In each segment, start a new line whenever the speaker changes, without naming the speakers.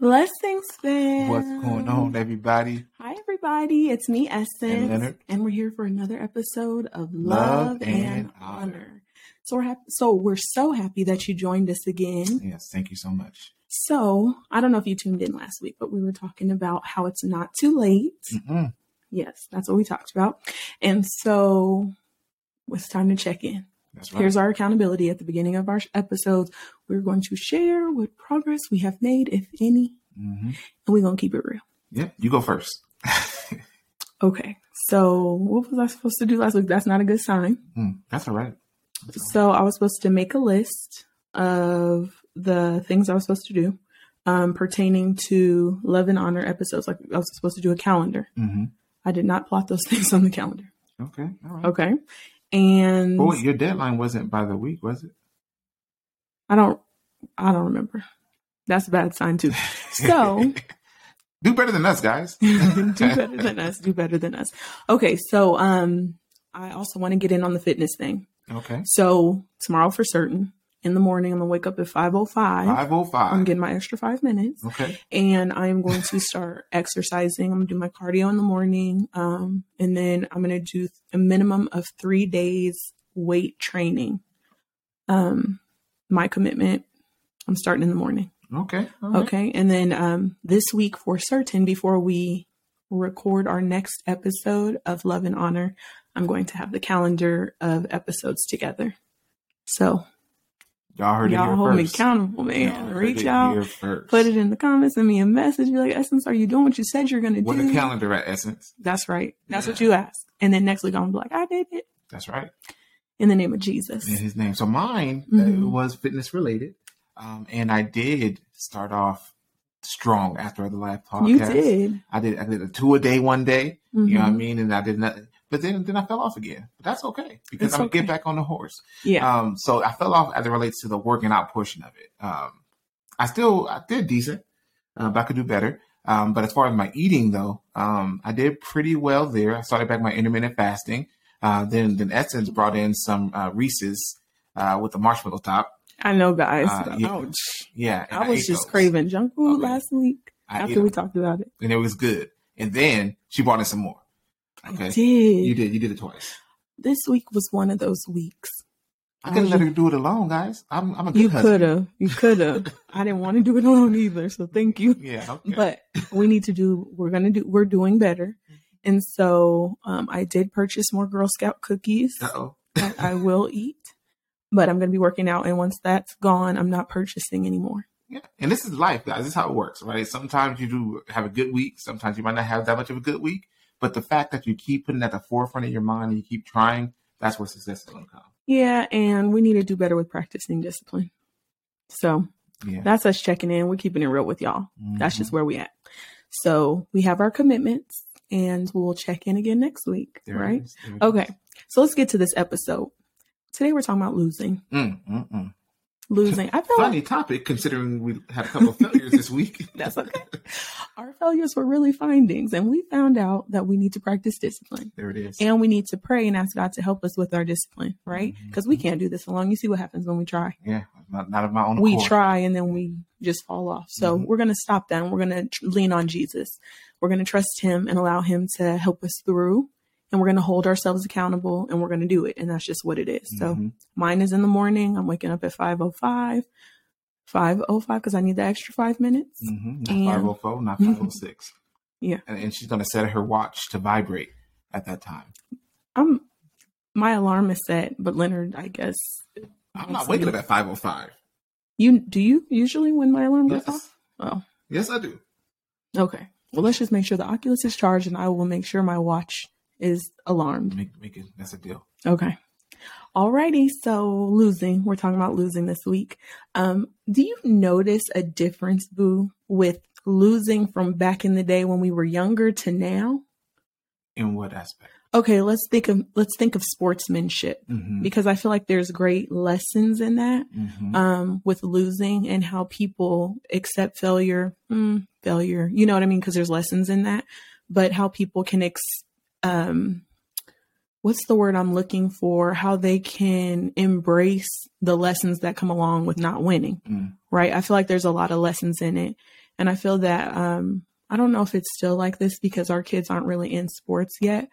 Blessings,
What's going on,
fam.
everybody?
Hi, everybody. It's me,
And
Essence,
Leonard,
and we're here for another episode of
love
Love and
and honor.
Honor. So we're hap- so we're so happy that you joined us again.
Yes, thank you so much.
So I don't know if you tuned in last week, but we were talking about how it's not too late.
Mm-mm.
Yes, that's what we talked about. And so it's time to check in.
That's right.
Here's our accountability at the beginning of our sh- episodes. We're going to share what progress we have made, if any,
hmm
and we're going to keep it real.
Yeah, you go first.
Okay. So what was I supposed to do last week? That's not a good sign.
Mm, that's all right. That's all right.
So I was supposed to make a list of the things I was supposed to do um, pertaining to love and honor episodes. Like I was supposed to do a calendar.
hmm
I did not plot those things on the calendar.
Okay, all right.
Okay. And
But wait, your deadline wasn't by the week, was it?
I don't I don't remember. That's a bad sign too. So
do better than us, guys.
do better than us. Do better than us. Okay, so um I also want to get in on the fitness thing.
okay,
So tomorrow for certain, in the morning, I'm gonna wake up at 5:05.
five oh
I'm
five.
getting my extra five minutes,
Okay,
and I am going to start exercising. I'm gonna do my cardio in the morning, um, and then I'm gonna do a minimum of three days weight training. Um, my commitment. I'm starting in the morning.
okay, all right.
Okay, and then um, this week for certain, before we record our next episode of Love and Honor, I'm going to have the calendar of episodes together. So
Y'all heard it
Y'all
here
hold me
first.
accountable,
Y'all
man.
heard
Reach
it
out,
here first.
put it in the comments, send me a message. Be like, Essence, are you doing what you said you're gonna
With a
do?
calendar at Essence.
That's right. That's what
Yeah.
you asked. And then next week I'm gonna be like, I did it
That's right.
in the name of
in
Jesus.
his name. So mine uh,
hmm
was fitness related, um, and I did start off strong after the live
You
podcast.
did.
I did I did a two a day one day, you know what I
hmm
mean, and I did nothing. But then then I fell off again. But that's okay because
It's
I'm gonna get
okay.
back on the horse.
Yeah.
Um, so I fell off as it relates to the working out portion of it. Um, I still I did decent, uh, but I could do better. Um, but as far as my eating though, um, I did pretty well there. I started back my intermittent fasting. Uh, then then Essence brought in some uh, Reese's uh, with the marshmallow top.
I know guys.
Uh, yeah,
Ouch.
yeah, and
I
I
was
ate
just
those.
craving junk
Oh
food
man,
last week
I ate
after we
them,
talked about it.
and it was good. And then she brought in some more.
I
Okay, you
did.
did you did it twice.
This week was one of those weeks.
I
I was
couldn't let
just
her do it alone, guys. I'm I'm a good
You could
husband.
have. You could have. I didn't want to do it alone either. So thank you.
yeah. Okay.
But we need to do, we're going to do, we're doing better. And so um, I did purchase more Girl Scout cookies
Uh oh.
that I will eat, but I'm going to be working out. And once that's gone, I'm not purchasing anymore.
Yeah. And this is life, guys. This is how it works, right? Sometimes you do have a good week. Sometimes you might not have that much of a good week. But the fact that you keep putting it at the forefront of your mind and you keep trying, that's where success is going to come.
Yeah. And we need to do better with practicing discipline. So
Yeah.
that's us checking in. We're keeping it real with y'all. That's
hmm
just where we at. So we have our commitments and we'll check in again next week,
Mm-hmm. There it
right?
is. There it
Okay.
is.
So let's get to this episode. Today we're talking about losing.
Mm, mm, mm.
Losing. I feel
Funny topic, considering we had a couple of failures this week.
that's okay. Our failures were really findings, and we found out that we need to practice discipline.
there it is.
And we need to pray and ask God to help us with our discipline, right? Because we
Mhm.
can't do this alone. You see what happens when we try.
Yeah. Not, not of my own
We
accord.
try and then we just fall off. So
hmm
we're going to stop that and we're going to lean on Jesus. We're going to trust Him and allow Him to help us through. And we're going to hold ourselves accountable and we're going to do it. And that's just what it is. So
hmm
mine is in the morning. I'm waking up at 505. 505 because oh I need the extra five minutes.
hmm
And
Not
Mm-hmm.
504, not 506.
yeah,
And, and she's going to set her watch to vibrate at that time.
I'm my alarm is set, but Leonard, I guess,
I'm not
makes
waking
me.
up at 505.
You do you usually when my alarm goes
Yes.
off? Oh,
Yes, I do.
okay. Well, let's just make sure the Oculus is charged, and I will make sure my watch is alarmed.
Make make it that's a deal.
Okay. Alrighty. So losing, we're talking about losing this week. Um, do you notice a difference, Boo, with losing from back in the day when we were younger to now?
In what aspect?
okay let's think of let's think of sportsmanship
Mm-hmm.
because i feel like there's great lessons in that
Mm-hmm.
um, with losing and how people accept failure mm, failure you know what i mean because there's lessons in that but how people can ex um, what's the word i'm looking for how they can embrace the lessons that come along with not winning
Mm.
right i feel like there's a lot of lessons in it And I feel that um, I don't know if it's still like this because our kids aren't really in sports yet,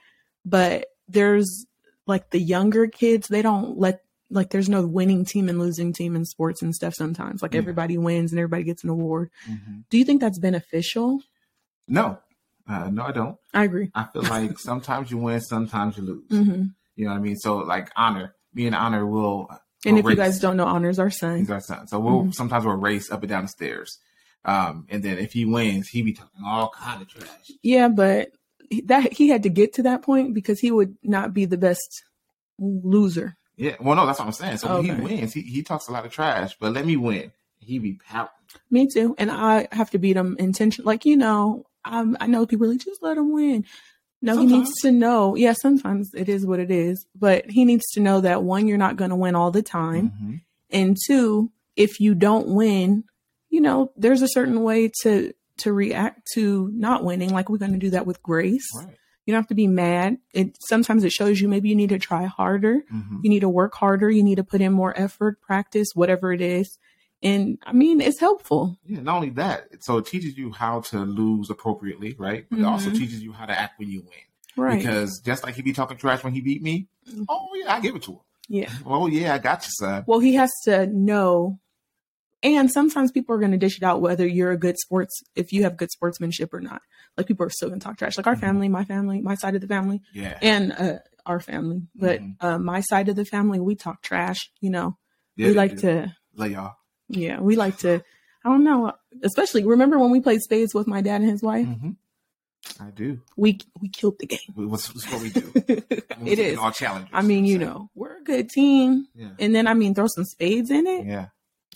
but there's like the younger kids, they don't let like there's no winning team and losing team in sports and stuff sometimes. Like
Yeah.
everybody wins and everybody gets an award.
Mhm.
Do you think that's beneficial?
No, uh, no, I don't.
I agree.
I feel like sometimes you win, sometimes you lose.
hmm
You know what I mean? So like honor, me and honor will.
And
will
if you
race.
guys don't know, honors our
he's
son.
our son, so we'll
Mhm.
sometimes we'll race up and down the stairs. Um, and then if he wins, he be talking all kind of trash.
Yeah, but he- that he had to get to that point because he would not be the best loser.
Yeah, well, no, that's what I'm saying. So when
Okay.
he wins, he, he talks a lot of trash, but let me win. He be pouting.
Me too. And I have to beat him intention. Like, you know, um, I know people are like, just let him win. No, he
Sometimes.
needs to know. Yeah, sometimes it is what it is, but he needs to know that one, you're not going to win all the time.
Mhm.
And two, if you don't win, you know, there's a certain way to, to react to not winning. Like we're going to do that with grace.
Right.
You don't have to be mad. It sometimes it shows you maybe you need to try harder
hmm
you need to work harder you need to put in more effort practice whatever it is and i mean it's helpful
Yeah, not only that, so it teaches you how to lose appropriately, right? But it also
Mhm.
teaches you how to act when you win.
right
Because just like he be talking trash when he beat me,
Mhm.
oh yeah, I give it to him.
yeah
Oh yeah, I got you, son.
well he has to know and sometimes people are going to dish it out whether you're a good sports if you have good sportsmanship or not like people are still going to talk trash like our
Mhm.
family my family my side of the family
Yeah,
and uh, our family but
Mhm.
uh, my side of the family we talk trash you know
yeah
we
they
like
do.
to
Like, y'all.
yeah we like to i don't know especially remember when we played spades with my dad and his wife
hmm I do.
we we killed the game
We- What's, what's what we Mm-hmm. do? And we're
it
taking
is.
all challengers.
I mean, you
so-
know, we're a good team.
Yeah.
And then, I mean, throw some spades in it.
Yeah.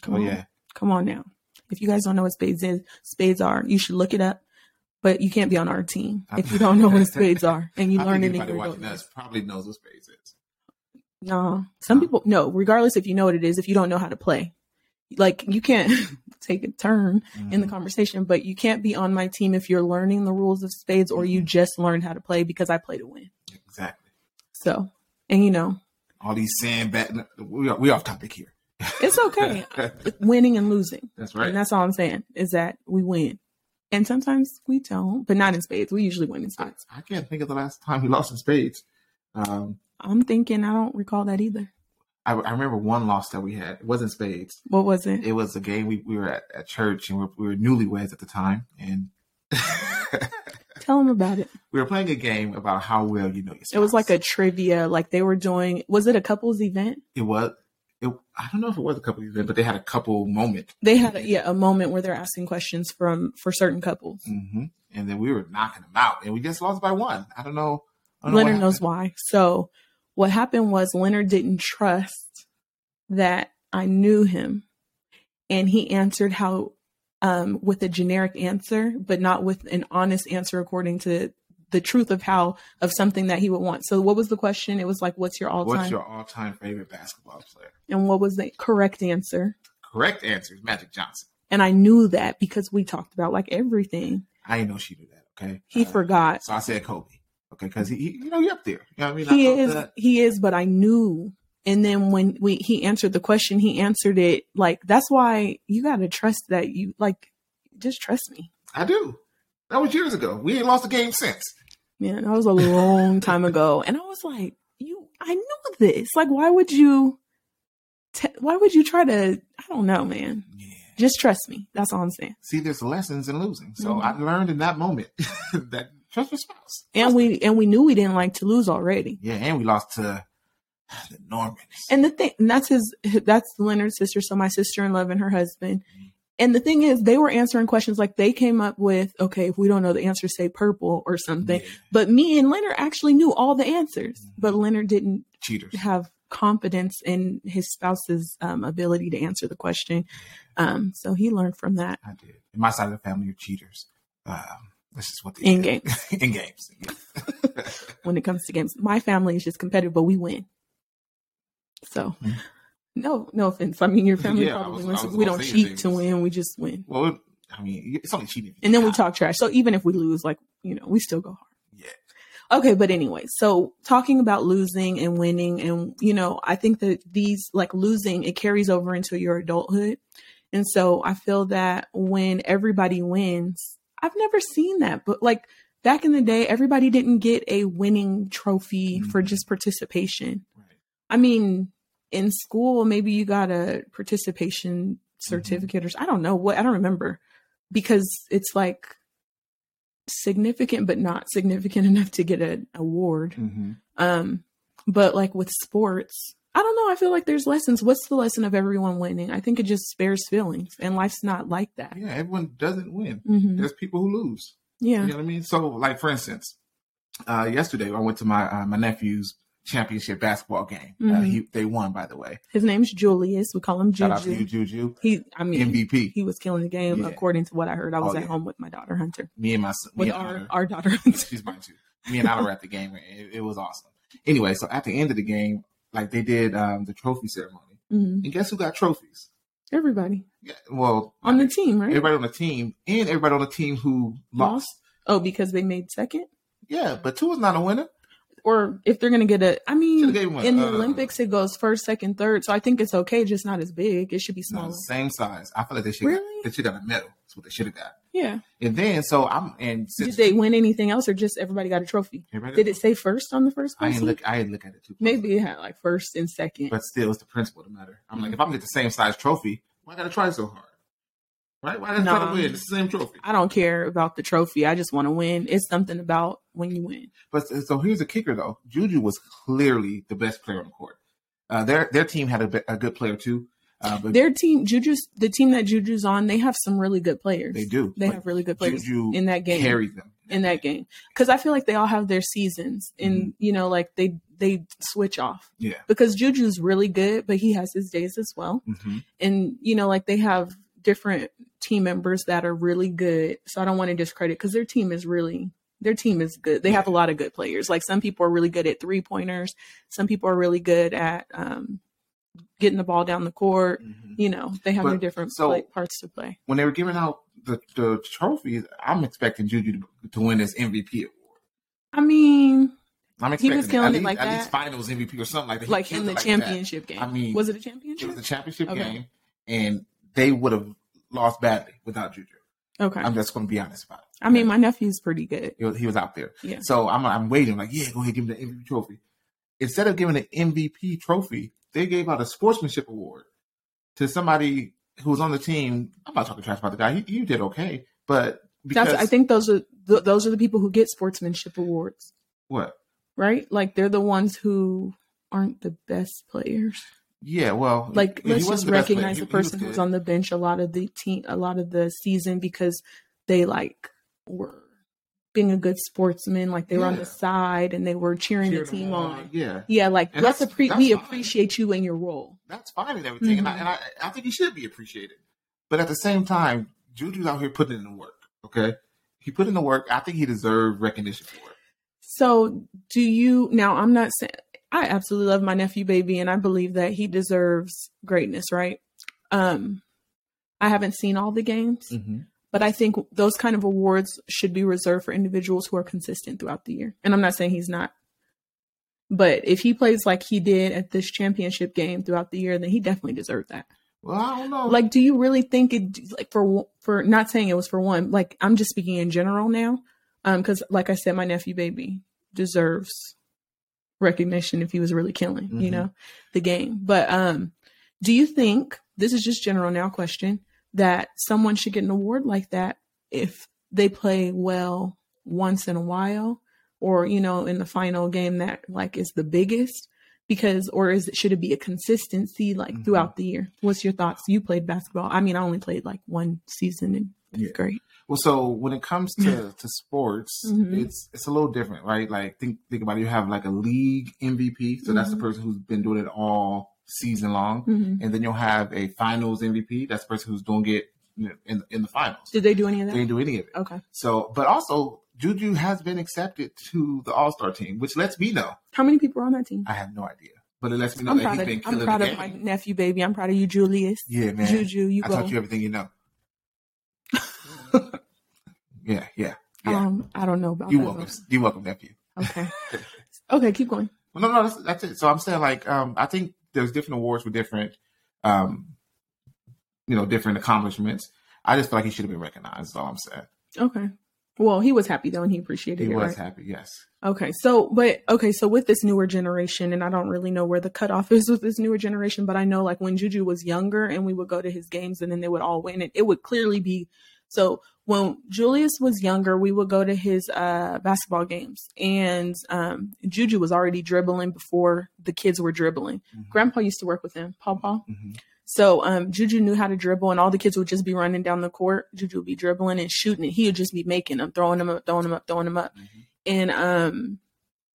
Come
oh
on.
yeah.
Come on now. If you guys don't know what spades is, spades are, you should look it up, but you can't be on our team if you don't know what spades are and you
I
learn
think
it in
anybody
your
watching
adult
us probably knows what space is.
years. No. Some
No.
people, no, regardless if you know what it is, if you don't know how to play, like you can't take a turn in the
Mhm.
conversation, but you can't be on my team if you're learning the rules of spades or you
Mhm.
just learned how to play because I play to win.
Mm-hmm. Exactly.
So, and you know,
All these sandbag. We are, we off topic here.
it's okay winning and losing.
That's right.
And that's all I'm saying is that we win. And sometimes we don't, but not in spades. We usually win in
I,
spades.
I can't think of the last time he lost in spades. Um,
I'm thinking I don't recall that either.
I, I remember one loss that we had. It wasn't spades.
What was it?
It was a game we, we were at, at church and we were, we were newlyweds at the time, and
Tell them about it.
we were playing a game about how well you know your.
It was like
spouse.
a trivia, like they were doing. Was it a couples event?
it was it, I don't know if it was a couple event, but they had a couple moment,
They had a, yeah a moment where they're asking questions from for certain couples.
hmm and then we were knocking them out, and we just lost by one. I don't know. I don't know what
Leonard knows
happened.
why. So what happened was Leonard didn't trust that I knew him, and he answered how um, with a generic answer, but not with an honest answer according to the truth of how of something that he would want. So what was the question? It was like, "What's your all
What's
time?"
your all-time favorite basketball player?
and what was the correct answer?
Correct answer is Magic Johnson.
And I knew that because we talked about like everything.
I didn't know she knew that. Okay,
He
Uh,
forgot.
So I said Kobe. Okay, because he, he, you know, you're up there. You know what I mean?
He
I felt
is.
that.
He is. But I knew. And then when we he answered the question, he answered it like that's why you gotta trust that you like just trust me.
I do. That was years ago. We ain't lost a game since.
Man, that was a long time ago. And I was like, you, I knew this. Like, why would you, te- why would you try to, I don't know, man.
Yeah.
Just trust me. That's all I'm saying.
See, there's lessons in losing. So
Mhm.
I learned in that moment that trust your spouse.
And we, and we knew we didn't like to lose already.
Yeah, and we lost to the Normans.
And the thing, and that's his, that's Leonard's sister. So my sister in love and her husband. And the thing is, they were answering questions like they came up with, okay, if we don't know the answer, say purple or something.
Yeah. Mm-hmm.
But me and Leonard actually knew all the answers, but Leonard didn't
Cheaters.
have confidence in his spouse's um, ability to answer the question. Um, so he learned from that.
I did. In my side of the family, are cheaters. Um, this is what they
In
do. in games. Yeah.
When it comes to games, my family is just competitive, but we win. So,
Mhm.
no, no offense. I mean, your family
Yeah, I
probably
was- I
wins.
was
We
gonna
don't
say
cheat to
things.
win; we just win.
Well, it- I mean, it's only cheating. if you
And then we
got
talk trash. So even if we lose, like you know, we still go hard.
it. Yeah.
Okay, but anyway, so talking about losing and winning, and you know, I think that these like losing it carries over into your adulthood, And so I feel that when everybody wins, I've never seen that, but like back in the day, everybody didn't get a winning trophy
Mhm.
for just participation.
Right.
I mean, in school, maybe you got a participation
Mm-hmm.
certificate or s- I don't know what, I don't remember because it's like significant, but not significant enough to get an award.
Mm-hmm.
Um, but like with sports, I don't know. I feel like there's lessons. What's the lesson of everyone winning? I think it just spares feelings, and life's not like that.
Yeah, everyone doesn't win.
hmm
There's people who lose.
Yeah.
You know what I mean? So, like for instance, uh, yesterday I went to my uh, my nephew's championship basketball game. Uh,
Mhm.
he, they won, by the way.
His name's Julius. We call him
Shout out to you,
Juju.
Juju,
He, I mean,
MVP.
he was killing the game
Yeah.
according to what I heard. I was
Oh,
at
yeah.
home with my daughter Hunter,
Me and my son, me
with
and
our
Honor,
our daughter Hunter.
she's mine too. Me and Honor were at the game. and It, it was awesome. Anyway, so at the end of the game, like they did um, the trophy ceremony,
Mhm.
and guess who got trophies?
Everybody
Yeah, well,
on the team, right?
everybody on the team and everybody on the team who lost.
Oh, because they made second,
Yeah, but two is not a winner.
or if they're gonna get a, I mean,
Should've gave him a-
in the
uh,
Olympics it goes first, second, third. So I think it's okay, just not as big. It should be
No,
smaller.
same size. I feel like they should
Really?
they should got a medal. That's what they should have got.
Yeah.
And then so I'm and
Did
since
they win anything else, or just everybody got a trophy?
everybody-
Did it say first on the first
I didn't
person?
look I didn't look at it too. close.
Maybe it had like first and second.
but still it's the principle of the matter. I'm like if I'm gonna get the same size trophy, why I gotta try so hard? Right? Why did I try
Nah.
to win? It's the same trophy.
I don't care about the trophy. I just want to win. It's something about when you win.
But uh, so here's the kicker though. Juju was clearly the best player on the court. Uh, their their team had a, be- a good player too. Uh, but
Their team, Juju's the team that Juju's on. They have some really good players.
they do.
They
But
have really good players
Juju
in that game.
carried them.
in that game because I feel like they all have their seasons, and
Mm-hmm.
you know, like they they switch off.
Yeah.
Because Juju's really good, but he has his days as well.
hmm
and you know like they have different team members that are really good so i don't want to discredit because their team is really their team is good they have a lot of good players like some people are really good at three pointers some people are really good at um, getting the ball down the court
hmm
you know they have their
But-
different
so-
play, parts to play
when they were giving out the, the trophies, I'm expecting Juju to, to win this MVP award.
i mean
I'm
He
expecting
was killing
at
it
least,
like
at
that?
least finals MVP or something like that. He
like
killed
in
it
the
like that.
championship game
I mean-
was it a
It was
championship
a championship
Okay.
game, and they would have lost badly without Juju.
okay
I'm just going to be honest about it.
i mean my nephew's pretty good
He was, he was out there.
Yeah.
So I'm, I'm waiting, like, yeah, go ahead, give him the MVP trophy. Instead of giving an MVP trophy, they gave out a sportsmanship award to somebody who was on the team. I'm not talking trash about the guy. He, he did okay, but because
that's i think those are th- those are the people who get sportsmanship awards
what?
right? Like they're the ones who aren't the best players.
Yeah, well,
Like
he
let's
wasn't
just
the best player.
recognize
He-
the
he was
person who was
good.
on the bench a lot of the team, a lot of the season because they like were being a good sportsman. Like they were on
Yeah.
the side and they were cheering
Cheered
the
him
team
on.
on.
Yeah,
Yeah, like
And
let's
that's-
appre-
that's
we
fine.
appreciate you and your role.
that's fine and everything, and, I,
Mhm.
and I, I think he should be appreciated. But at the same time, Juju's out here putting in the work. Okay, he put in the work. I think he deserved recognition for it.
So do you now? I'm not saying I absolutely love my nephew, baby, and I believe that he deserves greatness, right? Um, I haven't seen all the games.
Mm-hmm.
But I think those kind of awards should be reserved for individuals who are consistent throughout the year. And I'm not saying he's not. But if he plays like he did at this championship game throughout the year, then he definitely deserved that.
Well, I don't know.
Like, do you really think it? Like for for not saying it was for one. Like I'm just speaking in general now, because like I said, my nephew baby deserves recognition if he was really killing, you
Mhm.
know, the game. But um, do you think this is just general now question that someone should get an award like that if they play well once in a while, or you know, in the final game that like is the biggest? Because or is it should it be a consistency like
Mhm.
throughout the year? What's your thoughts? You played basketball. I mean, I only played like one season and
Yeah.
it's great.
Well, so when it comes to to sports,
Mhm.
it's it's a little different, right? Like think think about it. You have like a league MVP, so that's the
Mhm.
person who's been doing it all season long,
hmm
and then you'll have a finals MVP. That's the person who's doing it you know, in in the finals.
Did they do any of
They
that?
didn't do any of it.
okay.
So, but also Juju has been accepted to the All Star team, which lets me know.
How many people are on that team?
I have no idea, but it lets me know
I'm
that
proud
he's
of
been
I'm
killing
proud
the
of my
game.
nephew, baby. I'm proud of you, Julius.
Yeah, man.
Juju, you
I
go.
taught you everything you know. yeah, yeah. yeah.
Um, I don't know about
You
that.
welcome. You welcome, nephew.
though. Okay. okay, keep going.
Well, no, no, that's, that's it. So I'm saying, like, um, I think there's different awards for different um, you know, different accomplishments. I just feel like he should have been recognized. Is all I'm saying.
Okay. Well, he was happy though, and he appreciated
He
it.
was
right?
happy. Yes.
Okay, so but okay, so with this newer generation, and I don't really know where the cutoff is with this newer generation, but I know like when Juju was younger and we would go to his games and then they would all win, and it would clearly be so when Julius was younger, we would go to his uh basketball games and um Juju was already dribbling before the kids were dribbling.
Mhm.
Grandpa used to work with him, Paw Paw.
Mhm.
So um, Juju knew how to dribble, and all the kids would just be running down the court. Juju would be dribbling and shooting, and he would just be making them, throwing them up, throwing them up, throwing them up.
Mhm.
And um,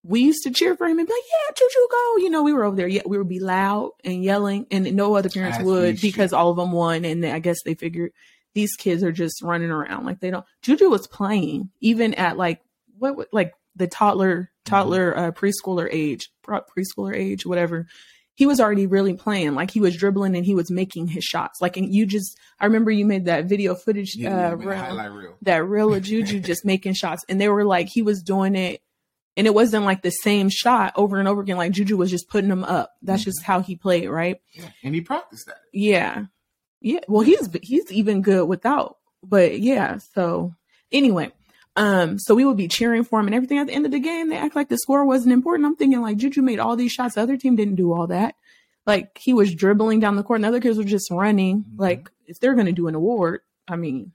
we used to cheer for him and be like, "Yeah, Juju, go!" You know, we were over there. Yeah, we would be loud and yelling, and no other parents
As we
would
should.
because all of them won, and I guess they figured these kids are just running around like they don't. Juju was playing even at like what would- like the toddler toddler uh, preschooler age pro- preschooler age whatever he was already really playing like he was dribbling and he was making his shots like and you just i remember you made that video footage uh,
Yeah, yeah, man,
round,
highlight reel.
that reel of juju just making shots and they were like he was doing it and it wasn't like the same shot over and over again like juju was just putting them up that's just how he played right
Yeah. And he practiced that.
yeah. Yeah. Well, he's he's even good without. But yeah, so anyway, um so we would be cheering for him and everything at the end of the game they act like the score wasn't important. I'm thinking like Juju made all these shots, the other team didn't do all that. Like he was dribbling down the court and the other kids were just running.
Mhm.
Like if they're going to do an award, I mean,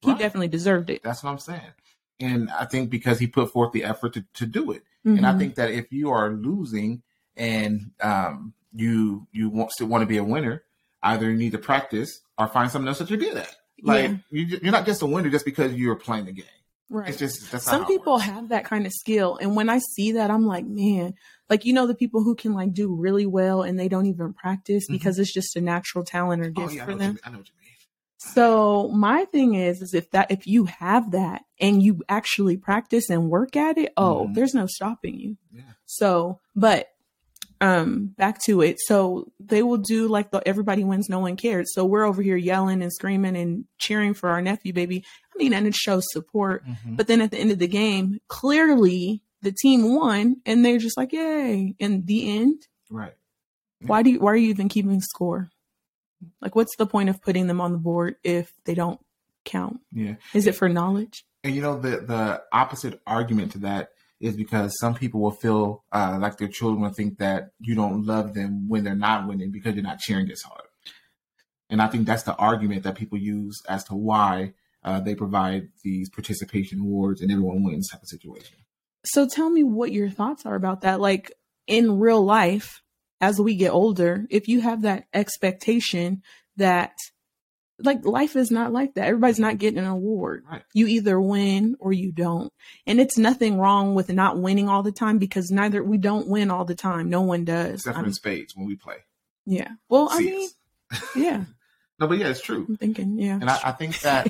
he
Right.
definitely deserved it.
That's what I'm saying. And I think because he put forth the effort to, to do it. And I
Mhm.
think that if you are losing and um, you you want still want to be a winner, either you need to practice or find something else that you're good at. Like
Yeah.
you, ju- you're not just a winner just because you're playing the game.
right.
It's just that's not
some
how it
people
works.
have that kind of skill and when i see that i'm like man like you know the people who can like do really well and they don't even practice
Mhm.
because it's just a natural talent or gift
Oh yeah, I
for
know, what you,
them
mean. I know what you mean.
so my thing is is if that if you have that and you actually practice and work at it oh
Mhm.
there's no stopping you
Yeah.
so but um back to it so they will do like the everybody wins no one cares so we're over here yelling and screaming and cheering for our nephew baby i mean and it shows support
Mhm.
but then at the end of the game, clearly the team won, and they're just like, "Yay!" In the end,
Right.
why do you, why are you even keeping score? Like, what's the point of putting them on the board if they don't count?
Yeah.
Is it for knowledge?
And you know the the opposite argument to that is because some people will feel uh, like their children will think that you don't love them when they're not winning because you're not cheering as hard. And I think that's the argument that people use as to why uh, they provide these participation awards and everyone wins type of situation.
So tell me what your thoughts are about that. Like in real life, as we get older, if you have that expectation that like life is not like that. Everybody's not getting an award.
Right.
You either win or you don't. And it's nothing wrong with not winning all the time because neither we don't win all the time. No one does.
Except for
I'm-
in spades when we play.
yeah. Well, I
See
mean, Mm-hmm.
us.
yeah.
No, but yeah, it's true.
I'm thinking, yeah. Mm-hmm.
And I, I think that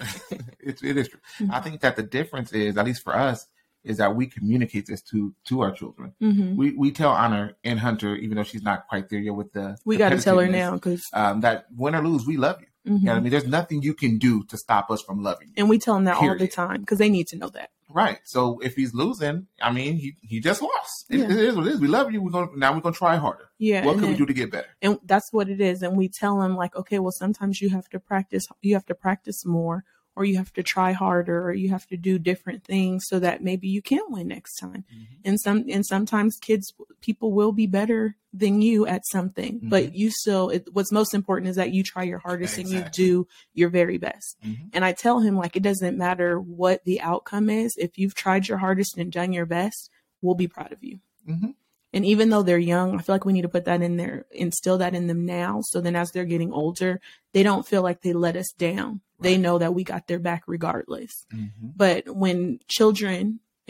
it, it is true. I think that the difference is, at least for us, is that we communicate this to to our children.
hmm
We we tell Honor and Hunter, even though she's not quite there yet with the
We got to tell her
competitiveness,
now Mm-hmm. because,
um, that win or lose, we love you. You know what I mean? There's nothing you can do to stop us from loving you.
and we tell them that all the
Period.
time because they need to know that.
Right. So if he's losing, I mean, he, he just lost. It-
Yeah.
it is what it is. We love you. We're gonna now we're gonna try harder.
Yeah.
what
and
can we
then-
do to get better?
and that's what it is and we tell them like okay well sometimes you have to practice you have to practice more or you have to try harder or you have to do different things so that maybe you can win next time and some and sometimes kids people will be better than you at something but you still it, what's most important is that you try your hardest and you
Exactly.
do your very best
Mhm.
and i tell him like it doesn't matter what the outcome is if you've tried your hardest and done your best we'll be proud of you
Mhm.
and even though they're young, I feel like we need to put that in there, instill that in them now. So then as they're getting older, they don't feel like they let us down. They
Right.
know that we got their back regardless.
Mhm.
But when children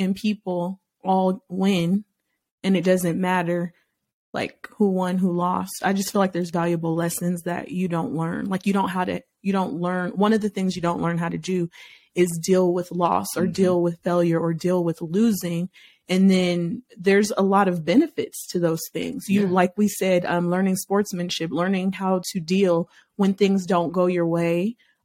and people all win and it doesn't matter like who won, who lost, I just feel like there's valuable lessons that you don't learn. Like you don't how to you don't learn one of the things you don't learn how to do is deal with loss or
Mhm.
deal with failure or deal with losing. And then there's a lot of benefits to those things. You,
Yeah.
like we said, um, learning sportsmanship, learning how to deal when things don't go your way,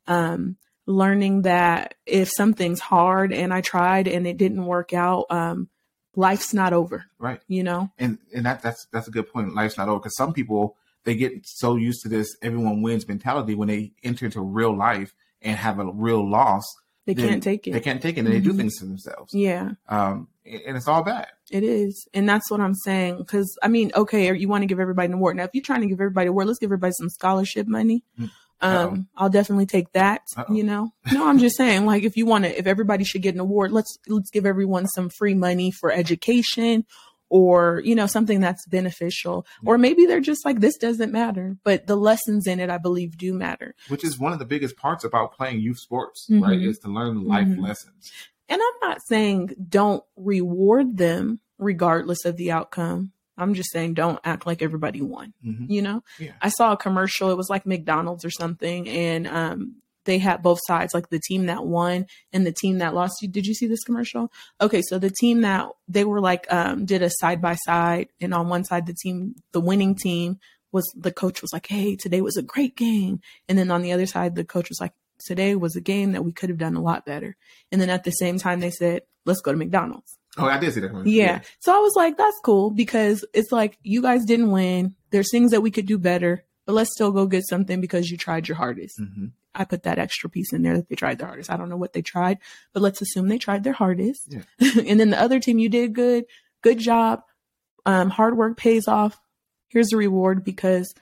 um, learning that if something's hard and I tried and it didn't work out, um, life's not over,
Right.
you know?
And and that that's that's a good point. Life's not over because some people they get so used to this everyone wins mentality when they enter into real life and have a real loss.
They
then
can't take it.
They can't take it, and they do
Mhm.
things to themselves.
yeah,
Um, and it's all bad.
it is, and that's what I'm saying. Because I mean, okay, you want to give everybody an award. Now, if you're trying to give everybody an award, let's give everybody some scholarship money.
Mm.
Um, I'll definitely take that.
Uh-oh.
You know, no, I'm just saying, like, if you want to, if everybody should get an award, let's let's give everyone some free money for education, or you know, something that's beneficial. Or maybe they're just like, this doesn't matter, but the lessons in it, I believe, do matter.
which is one of the biggest parts about playing youth sports,
Mhm.
right? Is to learn life
Mhm.
lessons.
And I'm not saying don't reward them regardless of the outcome. I'm just saying don't act like everybody won.
hmm
You know,
Yeah.
I saw a commercial. It was like McDonald's or something, and um, they had both sides, like the team that won and the team that lost. You- Did you see this commercial? Okay, so the team that they were like um, did a side by side, and on one side, the team, the winning team, was the coach was like, "Hey, today was a great game," and then on the other side, the coach was like, "Today was a game that we could have done a lot better." And then at the same time, they said, "Let's go to McDonald's."
Oh, I did see that. one.
Yeah. So I was like, that's cool because it's like you guys didn't win. There's things that we could do better, but let's still go get something because you tried your hardest.
Mhm.
I put that extra piece in there that they tried their hardest. I don't know what they tried, but let's assume they tried their hardest.
Yeah.
and then the other team, you did good. Good job. Um, hard work pays off. Here's a reward because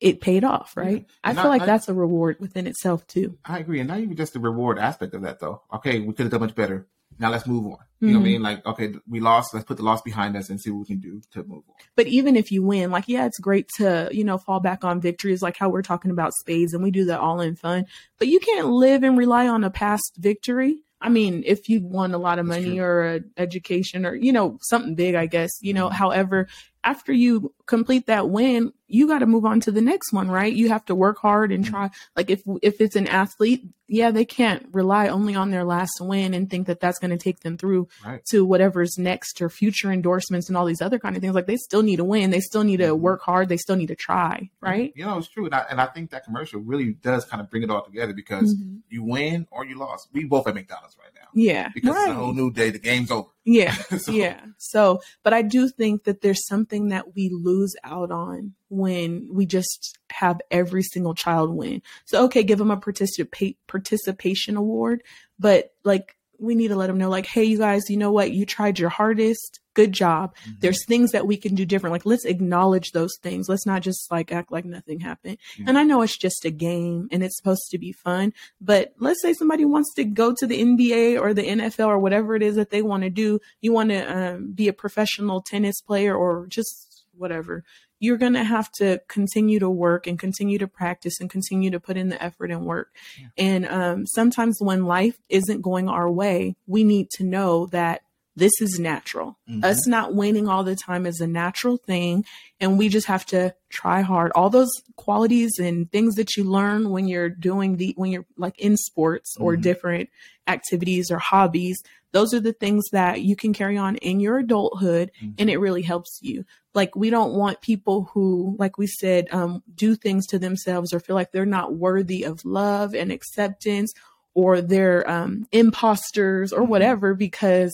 it paid off, right?
Yeah.
I
And
feel
I-
like
I-
that's a reward within itself too.
I agree, and not even just the reward aspect of that, though. Okay, we could have done much better. Now let's move on. You know what I
Mhm.
mean? Like, okay, we lost. Let's put the loss behind us and see what we can do to move on.
But even if you win, like, yeah, it's great to, you know, fall back on victories, like how we're talking about spades and we do that all in fun. But you can't live and rely on a past victory. I mean, if you won a lot of
That's
money
true.
or a education or, you know, something big, I guess, you know,
Mhm.
however, after you complete that win, you got to move on to the next one, right? You have to work hard and
Mhm.
try. Like if, if it's an athlete, yeah, they can't rely only on their last win and think that that's going to take them through
Right.
to whatever's next or future endorsements and all these other kind of things. Like they still need to win. They still need to
Mhm.
work hard. They still need to try. Right.
You know, it's true, and I, and I think that commercial really does kind of bring it all together because
Mm-hmm.
you win or you lost. We both at McDonald's right now
Yeah.
because
right.
it's a whole new day. The game's over.
yeah.
So,
yeah. So, but I do think that there's something that we lose out on when we just have every single child win. So, okay, give them a participate participation award, but like we need to let them know, like, hey, you guys, you know what? You tried your hardest. Good job.
mhm.
there's things that we can do different like let's acknowledge those things let's not just like act like nothing happened
Yeah.
and i know it's just a game and it's supposed to be fun but let's say somebody wants to go to the nba or the nfl or whatever it is that they want to do you want to um, be a professional tennis player or just whatever you're going to have to continue to work and continue to practice and continue to put in the effort and work
Yeah.
and um, sometimes when life isn't going our way we need to know that this is natural
Mhm.
us not winning all the time is a natural thing and we just have to try hard all those qualities and things that you learn when you're doing the when you're like in sports or
Mhm.
different activities or hobbies those are the things that you can carry on in your adulthood
Mhm.
and it really helps you like we don't want people who like we said um, do things to themselves or feel like they're not worthy of love and acceptance or they're um, imposters or
Mhm.
whatever because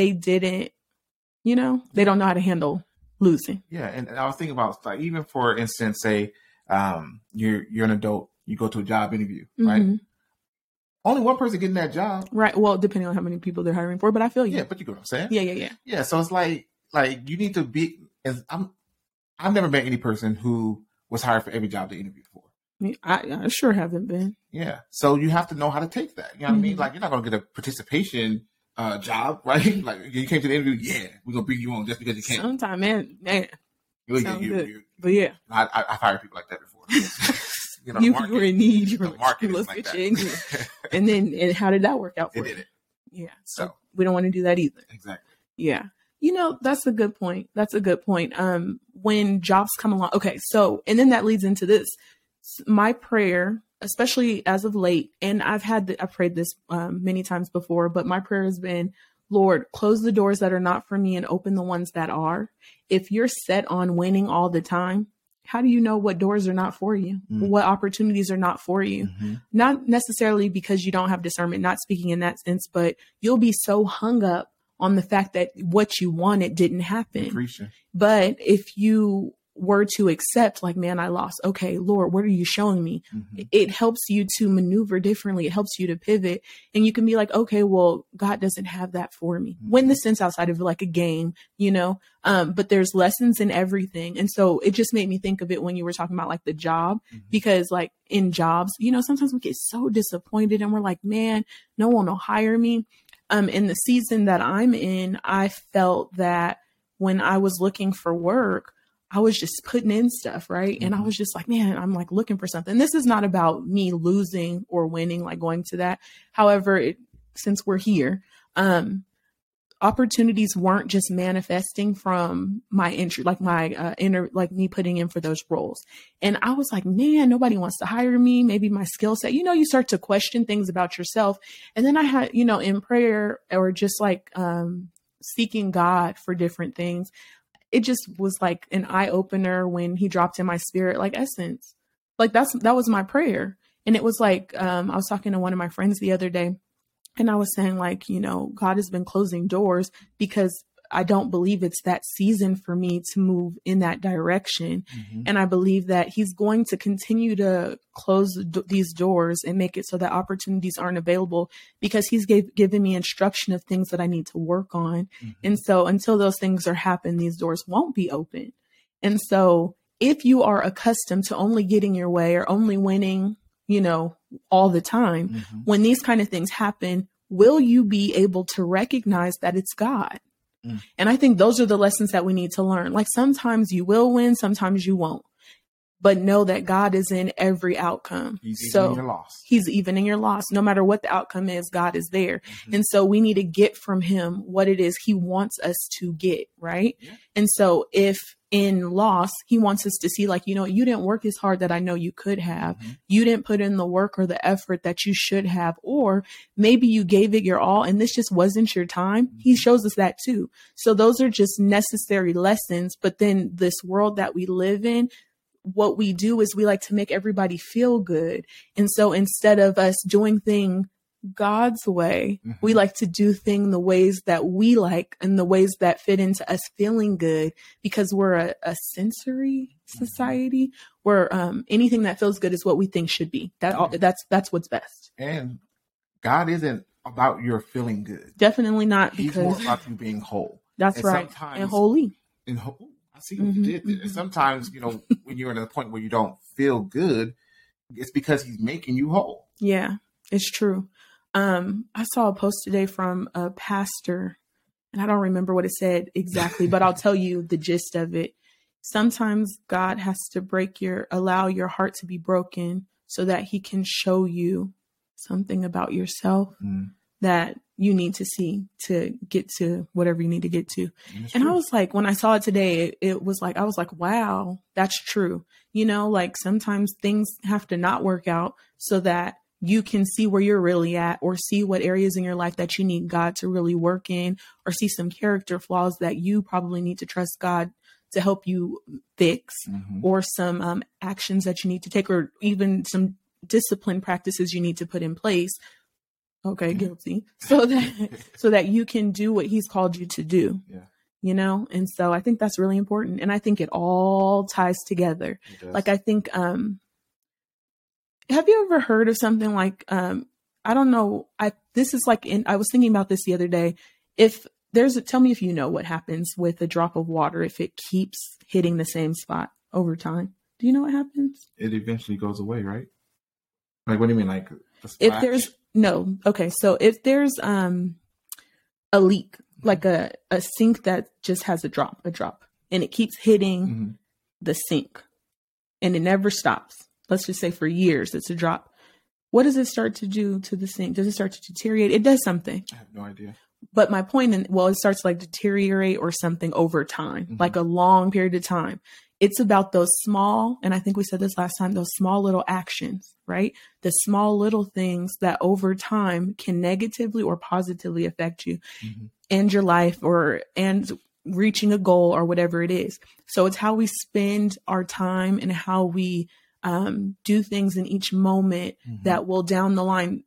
they didn't you know they don't know how to handle losing
Yeah, and, and I was thinking about like even for instance, say um, you're you're an adult, you go to a job interview, right?
Mhm.
Only one person getting that job.
right well depending on how many people they're hiring for but i feel you
Yeah, but you get what I'm saying.
Oh, yeah yeah yeah
Yeah, so it's like like you need to be. As I'm, I've never met any person who was hired for every job they interviewed for.
I mean, I, I sure haven't been
Yeah, so you have to know how to take that. You know what I mean?
Mhm.
Like you're not gonna get a participation uh, job, right? like you came to the interview, yeah, we're gonna bring you on just because you came.
sometime man man
You're like,
sounds
you,
good.
you-
but yeah
I, I, I've hired people like that before. you know,
you,
market-
you were in need you
the
were like,
market is
let's
like
get
that.
you in here. and then and how did that work out for
it
you
did it
yeah so,
So.
we don't want to do that either
exactly.
yeah you know that's a good point that's a good point um when jobs come along okay so and then that leads into this S- my prayer especially as of late and i've had the, i prayed this um, many times before but my prayer has been lord close the doors that are not for me and open the ones that are if you're set on winning all the time how do you know what doors are not for you
Mm.
what opportunities are not for you
Mm-hmm.
not necessarily because you don't have discernment, not speaking in that sense, but you'll be so hung up on the fact that what you wanted didn't happen.
Preaching.
But if you were to accept, like, man, I lost. Okay, Lord, what are you showing me?
Mhm.
It helps you to maneuver differently. It helps you to pivot. And you can be like, okay, well, God doesn't have that for me. When the sense outside of like a game, you know, um, but there's lessons in everything. And so it just made me think of it when you were talking about like the job,
Mhm.
because like in jobs, you know, sometimes we get so disappointed and we're like, man, no one will hire me. Um, in the season that I'm in, I felt that when I was looking for work, I was just putting in stuff, right? And I
Mhm.
was just like, man, I'm like looking for something. This is not about me losing or winning, like going to that. However, it, since we're here, um, opportunities weren't just manifesting from my entry, like my uh, inner, like me putting in for those roles. And I was like, man, nobody wants to hire me. Maybe my skill set, you know, you start to question things about yourself. And then I had, you know, in prayer or just like um, seeking God for different things, it just was like an eye opener when he dropped in my spirit, like essence. Like that's, that was my prayer. And it was like, um, I was talking to one of my friends the other day and I was saying, like, you know, God has been closing doors because I don't believe it's that season for me to move in that direction.
Mhm.
And I believe that He's going to continue to close d- these doors and make it so that opportunities aren't available because He's gave, given me instruction of things that I need to work on.
Mhm.
And so until those things are happening, these doors won't be open. And so if you are accustomed to only getting your way or only winning, you know, all the time,
Mhm.
when these kind of things happen, will you be able to recognize that it's God?
Mm.
And I think those are the lessons that we need to learn. Like sometimes you will win, sometimes you won't, but know that God is in every outcome.
He's even
so
your loss.
He's even in your loss. No matter what the outcome is, God is there.
Mhm.
And so we need to get from him what it is he wants us to get, right?
Yeah.
And so if in loss, he wants us to see, like, you know, you didn't work as hard that I know you could have.
Mhm.
You didn't put in the work or the effort that you should have. Or maybe you gave it your all and this just wasn't your time. He
Mhm.
shows us that too. So those are just necessary lessons. But then this world that we live in, what we do is we like to make everybody feel good. And so instead of us doing things God's way,
Mhm.
we like to do things the ways that we like and the ways that fit into us feeling good because we're a, a sensory society where um, anything that feels good is what we think should be. That all,
Yeah.
that's that's what's best.
And God isn't about your feeling good.
Definitely not
He's more
because
about you being whole.
that's
and
right and
sometimes-
holy.
And ho- ooh, I see what you
Mhm,
did there.
mhm.
Sometimes, you know, when you're at a point where you don't feel good, it's because he's making you whole.
Yeah, it's true. Um, I saw a post today from a pastor, and I don't remember what it said exactly, but I'll tell you the gist of it. Sometimes God has to break your, allow your heart to be broken so that He can show you something about yourself
Mm,
that you need to see to get to whatever you need to get to.
and it's
And I
true.
was like, when I saw it today, it, it was like, I was like, wow, that's true. You know, like sometimes things have to not work out so that you can see where you're really at or see what areas in your life that you need God to really work in or see some character flaws that you probably need to trust God to help you fix
Mhm.
or some um, actions that you need to take or even some discipline practices you need to put in place okay
Yeah.
guilty so that so that you can do what he's called you to do
Yeah.
you know and so i think that's really important and i think it all ties together
It does.
like i think um have you ever heard of something like um i don't know i this is like in i was thinking about this the other day if there's a tell me if you know what happens with a drop of water if it keeps hitting the same spot over time do you know what happens
it eventually goes away, right? Like, what do you mean? Like, a
if
splash?
there's no okay so if there's um a leak like a a sink that just has a drop a drop and it keeps hitting
Mhm.
the sink and it never stops. Let's just say for years it's a drop. What does it start to do to the sink? Does it start to deteriorate? It does something.
I have no idea.
But my point in well, it starts to, like deteriorate or something over time,
Mhm.
like a long period of time. It's about those small, and I think we said this last time, those small little actions, right? The small little things that over time can negatively or positively affect you
Mhm.
and your life or and reaching a goal or whatever it is so it's how we spend our time and how we um, do things in each moment
Mhm.
that will down the line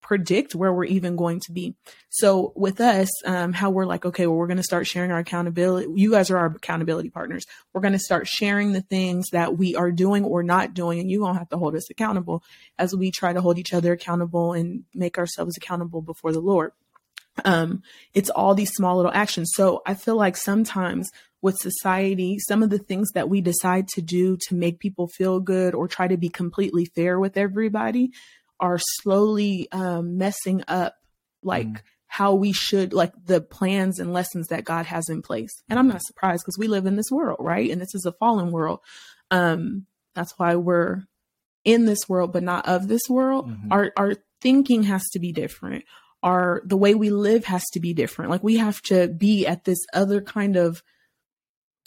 predict where we're even going to be. So with us, um, how we're like, okay, well, we're going to start sharing our accountability. You guys are our accountability partners. We're going to start sharing the things that we are doing or not doing, and you won't have to hold us accountable as we try to hold each other accountable and make ourselves accountable before the Lord. Um, it's all these small little actions. So I feel like sometimes with society, some of the things that we decide to do to make people feel good or try to be completely fair with everybody are slowly um, messing up like
Mm.
how we should like the plans and lessons that God has in place. And I'm not surprised because we live in this world, right? And this is a fallen world. Um, that's why we're in this world but not of this world.
Mhm.
Our our thinking has to be different. Our the way we live has to be different. Like we have to be at this other kind of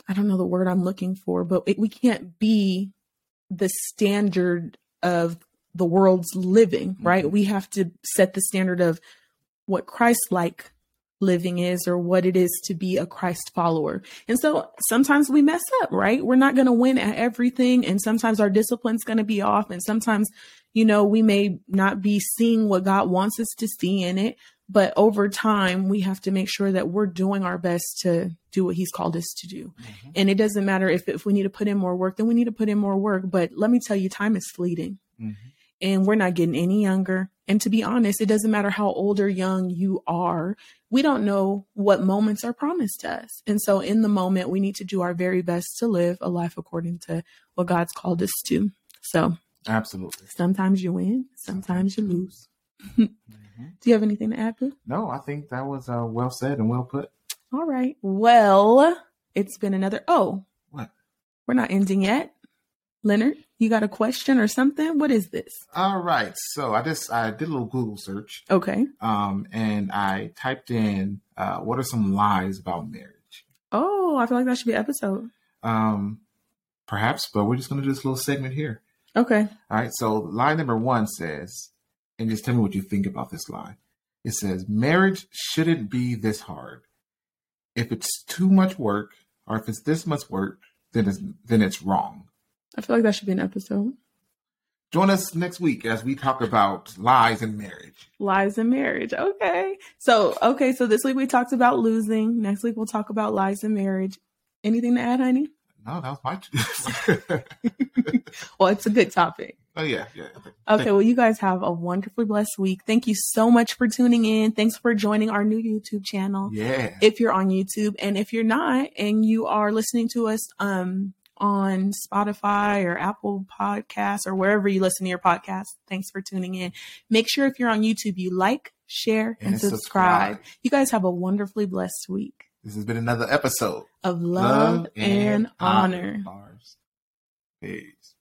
I don't know the word I'm looking for, but it, we can't be the standard of the world's living, right?
Mhm.
We have to set the standard of what Christ like living is or what it is to be a Christ follower. And so sometimes we mess up, right? We're not going to win at everything. And sometimes our discipline's going to be off. And sometimes, you know, we may not be seeing what God wants us to see in it. But over time, we have to make sure that we're doing our best to do what He's called us to do.
Mhm.
And it doesn't matter if, if we need to put in more work, then we need to put in more work. But let me tell you, time is fleeting
Mhm.
and we're not getting any younger. And to be honest, it doesn't matter how old or young you are, we don't know what moments are promised to us. And so in the moment, we need to do our very best to live a life according to what God's called us to. So
Absolutely.
sometimes you win, sometimes you lose.
Mhm.
Do you have anything to add, Boo?
No, I think that was uh, well said and well put.
All right. Well, it's been another. Oh,
What?
We're not ending yet. Leonard, you got a question or something? What is this?
All right, so I just I did a little Google search,
Okay.
um, and I typed in uh, what are some lies about marriage.
Oh, I feel like that should be an episode.
Um, perhaps, but we're just going to do this little segment here.
Okay.
All right, so lie number one says, and just tell me what you think about this lie. It says, marriage shouldn't be this hard. If it's too much work, or if it's this much work, then it's, then it's wrong.
I feel like that should be an episode.
Join us next week as we talk about lies in marriage.
Lies in marriage. Okay. So, okay. So this week we talked about losing. Next week we'll talk about lies in marriage. Anything to add, honey?
No, that was my choice.
Well, it's a good topic.
oh, yeah, yeah. I think-
Okay.
think-
Well, you guys have a wonderfully blessed week. Thank you so much for tuning in. Thanks for joining our new YouTube channel.
Yeah.
if you're on YouTube. And if you're not and you are listening to us um, on Spotify or Apple Podcasts or wherever you listen to your podcast, thanks for tuning in. Make sure if you're on YouTube, you like, share, and,
And
subscribe.
subscribe.
You guys have a wonderfully blessed week
This has been another episode.
of love, and honor.
Bars. Peace.